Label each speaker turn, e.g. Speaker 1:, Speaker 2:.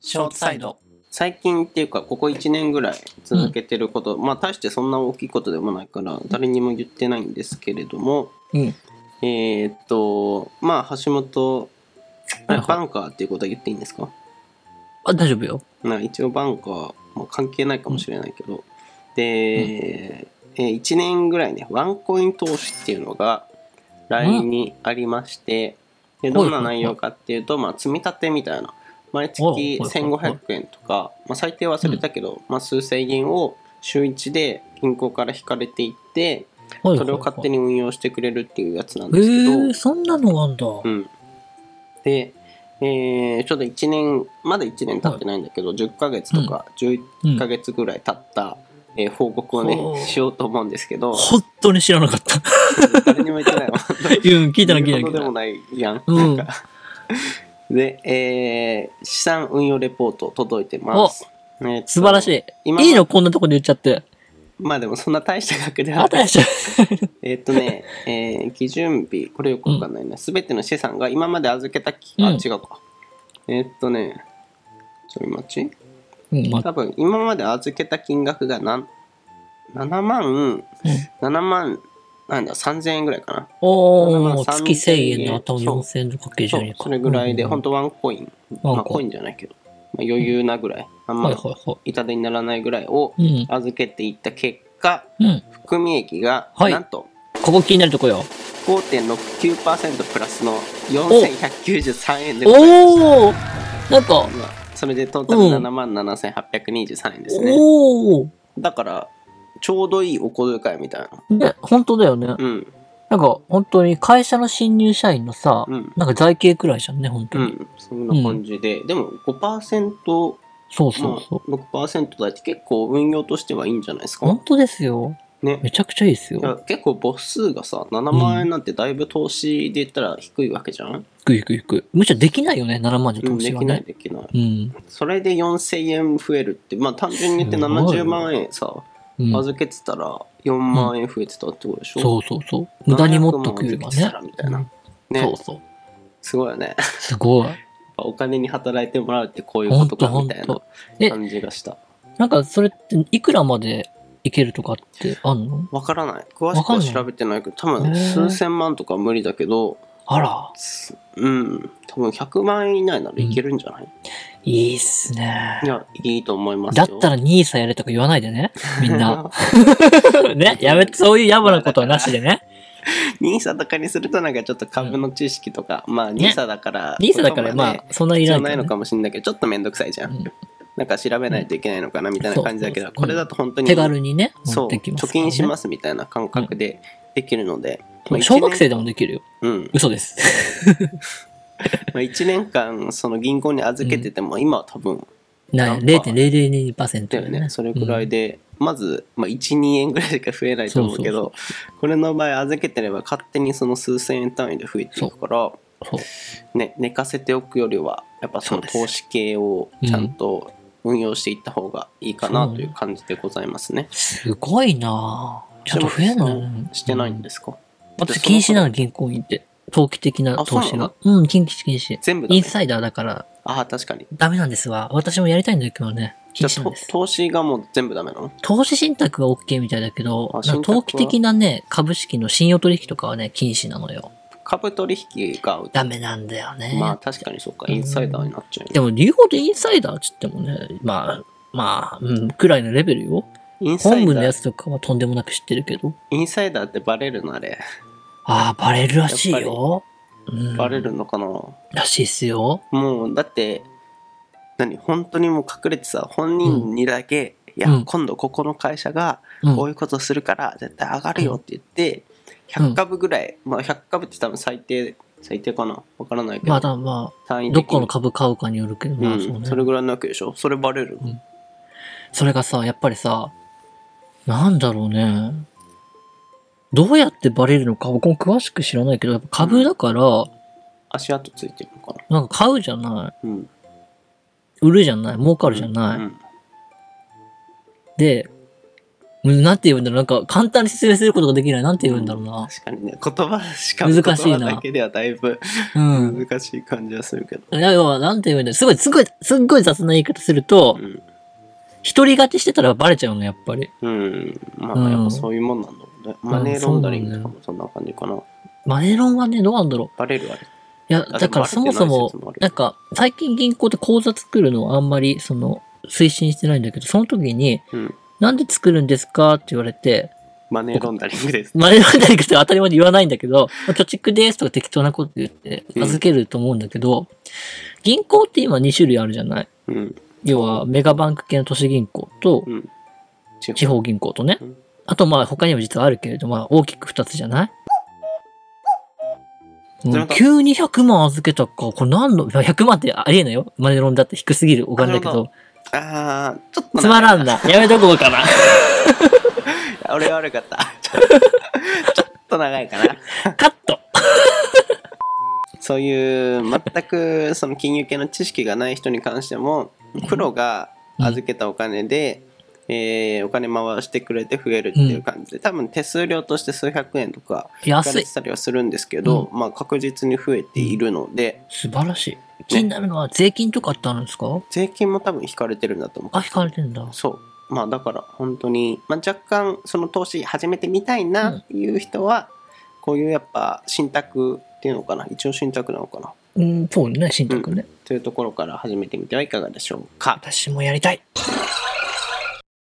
Speaker 1: ショートサイド。
Speaker 2: 最近っていうかここ1年ぐらい続けてること、まあ大してそんな大きいことでもないから誰にも言ってないんですけれども
Speaker 1: うん。
Speaker 2: えーっとまあ橋本あ
Speaker 1: はい
Speaker 2: れ
Speaker 1: はい
Speaker 2: バンカーっていうことは言っていいんですか
Speaker 1: あ、大丈夫よ。
Speaker 2: なんか一応バンカーも関係ないかもしれないけど、で、えー1年ぐらいねワンコイン投資っていうのが LINE にありまして、でどんな内容かっていうと、まあ、積み立てみたいな毎月
Speaker 1: はいはいはい
Speaker 2: 1500円とか、まあ、最低忘れたけど、まあ、数千円を週1で銀行から引かれていって
Speaker 1: はいはいはい
Speaker 2: それを勝手に運用してくれるっていうやつなん
Speaker 1: え
Speaker 2: ですけど、
Speaker 1: ー、そんなのあんだ。
Speaker 2: う
Speaker 1: は
Speaker 2: ん、で、えーちょっと1年まだ1年経ってないんだけど、10ヶ月とか11ヶ月ぐらい経った、えー報告をね、
Speaker 1: ほう
Speaker 2: しようと思うんですけど
Speaker 1: 本当に知らなか った。
Speaker 2: 誰にも言ってないわ
Speaker 1: うん、 聞いたな、聞いた
Speaker 2: 言う
Speaker 1: な、
Speaker 2: ほ
Speaker 1: 聞い
Speaker 2: ど
Speaker 1: た
Speaker 2: でも
Speaker 1: な。
Speaker 2: ないやん、
Speaker 1: うん
Speaker 2: なんかで、えー資産運用レポート届いてますえーと
Speaker 1: 素晴らし
Speaker 2: 今
Speaker 1: い。いいの、こんなとこで言っちゃって。
Speaker 2: まあでもそんな大した額では
Speaker 1: あ
Speaker 2: な
Speaker 1: た
Speaker 2: い
Speaker 1: でしょ。
Speaker 2: えーっとね、えー基準日、これよくわかんないな。すべ、ての資産が今まで預けた期間、あ、
Speaker 1: うん
Speaker 2: 違うか。えーっとね、ちょい待ち。
Speaker 1: うん、まあ、
Speaker 2: 多分、今まで預けた金額がなん7万、7万、なんだ、3000円ぐらいかな。
Speaker 1: おー、
Speaker 2: まあ
Speaker 1: 月1000円の頭
Speaker 2: そう
Speaker 1: 4000円の掛け
Speaker 2: そ
Speaker 1: 12
Speaker 2: う
Speaker 1: か。
Speaker 2: それぐらいで、
Speaker 1: うん
Speaker 2: ほんとワンコイン。
Speaker 1: ワンコイン
Speaker 2: まあ、コインじゃないけど、まあ、余裕なぐらい。あん
Speaker 1: はい
Speaker 2: ま
Speaker 1: は
Speaker 2: 痛手にならないぐらいを
Speaker 1: いはい。うん。
Speaker 2: 預けていった結果、
Speaker 1: うん。
Speaker 2: 含み益が、
Speaker 1: はい
Speaker 2: なんと、
Speaker 1: ここ気になるとこよ。
Speaker 2: 5.69%プラスの4193円でございまし
Speaker 1: おーなんか、
Speaker 2: たまあそれでトータル
Speaker 1: うん
Speaker 2: 7万7823円ですね
Speaker 1: おー
Speaker 2: だからちょうどいいお小遣いみたいな
Speaker 1: ね、本当だよね。
Speaker 2: うん
Speaker 1: なんか、本当に会社の新入社員のさ、
Speaker 2: うん
Speaker 1: なんか財形くらいじゃんね、本当
Speaker 2: う
Speaker 1: に。
Speaker 2: んそんな感じで、でも5%
Speaker 1: そうそうそう。
Speaker 2: まあ6%だって結構運用としてはいいんじゃないですか
Speaker 1: 本当ですよ。
Speaker 2: ね
Speaker 1: めちゃくちゃいいです
Speaker 2: いや
Speaker 1: よ。
Speaker 2: 結構母数がさ7万円なんてだいぶ投資で言ったら低いわけじゃん、
Speaker 1: 低い低い低い。むしろできないよね、7万じゃ
Speaker 2: う
Speaker 1: 投
Speaker 2: ん、で
Speaker 1: 資は
Speaker 2: きない
Speaker 1: ね。
Speaker 2: できない
Speaker 1: うん。
Speaker 2: それで4000円増えるってまあ単純に言って70万円さ
Speaker 1: うん。
Speaker 2: 預けてたら4万円増えてたってことでしょ、
Speaker 1: そうそうそう。無駄に持っとくよりは
Speaker 2: 700万
Speaker 1: ね
Speaker 2: 預けてたら。みたいな
Speaker 1: うん
Speaker 2: ね
Speaker 1: そうそう。
Speaker 2: すごいよね やっ
Speaker 1: すごい。
Speaker 2: ぱお金に働いてもらうってこういう
Speaker 1: ほ
Speaker 2: こ
Speaker 1: ん
Speaker 2: と
Speaker 1: と
Speaker 2: か
Speaker 1: ほ
Speaker 2: み
Speaker 1: ん
Speaker 2: たいな
Speaker 1: と。え
Speaker 2: 感じがした
Speaker 1: なんか、それって、いくらまでいけるとかってあんの
Speaker 2: わからない詳しくは調べてないけど多分
Speaker 1: へー
Speaker 2: 数千万とかは無理だけど
Speaker 1: あら、
Speaker 2: すうん多分100万円以内ならいけるんじゃない、
Speaker 1: いいっすね
Speaker 2: い。やいいと思います
Speaker 1: だ
Speaker 2: よ
Speaker 1: ったら NISA やれとか言わないでね。みん な。
Speaker 2: ら
Speaker 1: ね、やめて、そういう野暮なことはなしでね。
Speaker 2: NISA とかにするとなんかちょっと株の知識とか、まあ NISA だから、
Speaker 1: NISA だから、まあ、そんなにい
Speaker 2: 必
Speaker 1: ら
Speaker 2: 要
Speaker 1: な
Speaker 2: ない
Speaker 1: けど
Speaker 2: いの
Speaker 1: ね
Speaker 2: かもしれないけどちょっとめんどくさいじゃん、
Speaker 1: うん
Speaker 2: なんか調べないといけないのかなみたいな感じだけど、
Speaker 1: そうそうそう
Speaker 2: これだと本当に
Speaker 1: 手軽にね、
Speaker 2: そう
Speaker 1: できます
Speaker 2: 貯
Speaker 1: からね
Speaker 2: 金しますみたいな感覚でできるので、まあ
Speaker 1: 小学生でもできるよ。
Speaker 2: 一年うん
Speaker 1: 嘘 です。
Speaker 2: まあ、1年間その銀行に預けてても、今は多分
Speaker 1: な
Speaker 2: なんか
Speaker 1: 0.002%
Speaker 2: だよねそれくらいで、まず、まあ、12円ぐらいしか増えないと思うけどこれの場合預けてれば勝手にその数千円単位で増えていくから、
Speaker 1: そう
Speaker 2: ね、寝かせておくよりはやっぱその
Speaker 1: そうです
Speaker 2: 投資系をちゃんと運用していった方がいいかなという感じでございますね。
Speaker 1: すごいなぁちょっと増えない
Speaker 2: してないんですか、
Speaker 1: 私禁止なの銀行員って投機的な
Speaker 2: あそう
Speaker 1: 投資
Speaker 2: なの
Speaker 1: がうん禁止禁止
Speaker 2: 全部だ、
Speaker 1: イ
Speaker 2: ね
Speaker 1: ン、サイダーだから
Speaker 2: ああ確かに
Speaker 1: ダメなんですわ私もやりたいんだけどね
Speaker 2: じ
Speaker 1: 禁止
Speaker 2: ゃ
Speaker 1: な
Speaker 2: あ
Speaker 1: ん
Speaker 2: と
Speaker 1: です
Speaker 2: 投資がもう全部ダメなの
Speaker 1: 投資信託は OK みたいだけど
Speaker 2: あ
Speaker 1: なんか投機
Speaker 2: 信託は
Speaker 1: 的なね株式の信用取引とかはね禁止なのよ
Speaker 2: 株取引が
Speaker 1: ダメなんだよね
Speaker 2: まあ確かにそうかインサイダーになっちゃう
Speaker 1: で
Speaker 2: よ
Speaker 1: も流行でインサイダーっつってもねまあまあうんくらいのレベルよ
Speaker 2: インサ
Speaker 1: 本
Speaker 2: イ
Speaker 1: 部
Speaker 2: ダ
Speaker 1: のや
Speaker 2: ー
Speaker 1: つとかはとんでもなく知ってるけど。
Speaker 2: インサイダーってバレるのあれ
Speaker 1: ああ、バレるらしいよ。うん
Speaker 2: バレるのかな、
Speaker 1: らしいっすよ。
Speaker 2: もうだって何本当にもう隠れてさ本人にだけ、いや、
Speaker 1: うん
Speaker 2: 今度ここの会社が
Speaker 1: うん
Speaker 2: こういうことするから絶対上がるよって言って100株ぐらい、まあ100株って多分最低最低かなわからないけど、
Speaker 1: まあ、だま
Speaker 2: 単
Speaker 1: あ、
Speaker 2: 位
Speaker 1: ど
Speaker 2: 的に、
Speaker 1: この株買うかによるけど、まあ、そううんね。
Speaker 2: それぐらいなわけでしょそれバレるの、
Speaker 1: それがさ、やっぱりさ、なんだろうね。どうやってバレるのか、僕も詳しく知らないけど、やっぱ株だから、
Speaker 2: 足跡ついてるのかな
Speaker 1: なんか買うじゃない。
Speaker 2: うん
Speaker 1: 売るじゃない。儲かるじゃない。
Speaker 2: うん
Speaker 1: で、うんなんて言うんだろう。なんか簡単に説明することができない。なんて言うんだろうな。
Speaker 2: 確かにね、言葉しか、
Speaker 1: 難
Speaker 2: 言
Speaker 1: しいな
Speaker 2: 葉だけではだいぶ
Speaker 1: うん。
Speaker 2: 難しい感じはするけど。
Speaker 1: いや、要はなんて言うんだろう。すごい、すごい、すっごい雑な言い方すると
Speaker 2: う、ん。
Speaker 1: 独り勝ちしてたらバレちゃうの、やっぱり。
Speaker 2: うん。まあ、
Speaker 1: うん
Speaker 2: やっぱそういうもんなんだろうね。マネーロンダリングとかもそんな感じかな。
Speaker 1: マネロンはね、どうなんだろう。
Speaker 2: バレるあれ。
Speaker 1: いや、
Speaker 2: あ
Speaker 1: だからそもそも、、
Speaker 2: でバレて
Speaker 1: な
Speaker 2: なん
Speaker 1: か、最近銀行って口座作るのをあんまり、その、推進してないんだけど、その時に、
Speaker 2: い説もあるうん。
Speaker 1: なんで作るんですかって言われて、
Speaker 2: マネーロンダリングです。
Speaker 1: マネーロンダリングって当たり前に言わないんだけど、まあ貯蓄ですとか適当なこと言って、
Speaker 2: うん
Speaker 1: 預けると思うんだけど、銀行って今2種類あるじゃない
Speaker 2: うん。
Speaker 1: 要は、メガバンク系の都市銀行と、
Speaker 2: うん。
Speaker 1: 地方銀行とね
Speaker 2: うん。
Speaker 1: あと、まあ、他にも実はあるけれど、まあ、大きく2つじゃないうん
Speaker 2: なんか
Speaker 1: 急に100万預けたか。これ何の、いや100万ってありえないよ。マネロンだって低すぎるお金だけ
Speaker 2: なるほ
Speaker 1: ど。
Speaker 2: あー、ちょっと
Speaker 1: つまらんな。やめとこう かな。
Speaker 2: 俺悪かった。 ちょっと長いかな。
Speaker 1: カット。
Speaker 2: そういう全くその金融系の知識がない人に関しても、プロが預けたお金で、えーお金回してくれて増えるっていう感じで、多分手数料として数百円とか引か
Speaker 1: 安
Speaker 2: れ
Speaker 1: い
Speaker 2: て。たりはするんですけど、まあ確実に増えているので、
Speaker 1: 素晴らしい。気になるのは税金とかってあるんですか
Speaker 2: 税金も多分引かれてるんだと思う。
Speaker 1: あ、引かれてんだ。
Speaker 2: そう。まあだから本当に、まあ、若干その投資始めてみたいなっていう人は、こういうやっぱ信託っていうのかな一応信託なのかな
Speaker 1: うん、そうね、新宅ね。
Speaker 2: というところから始めてみてはいかがでしょうか
Speaker 1: 私もやりたい。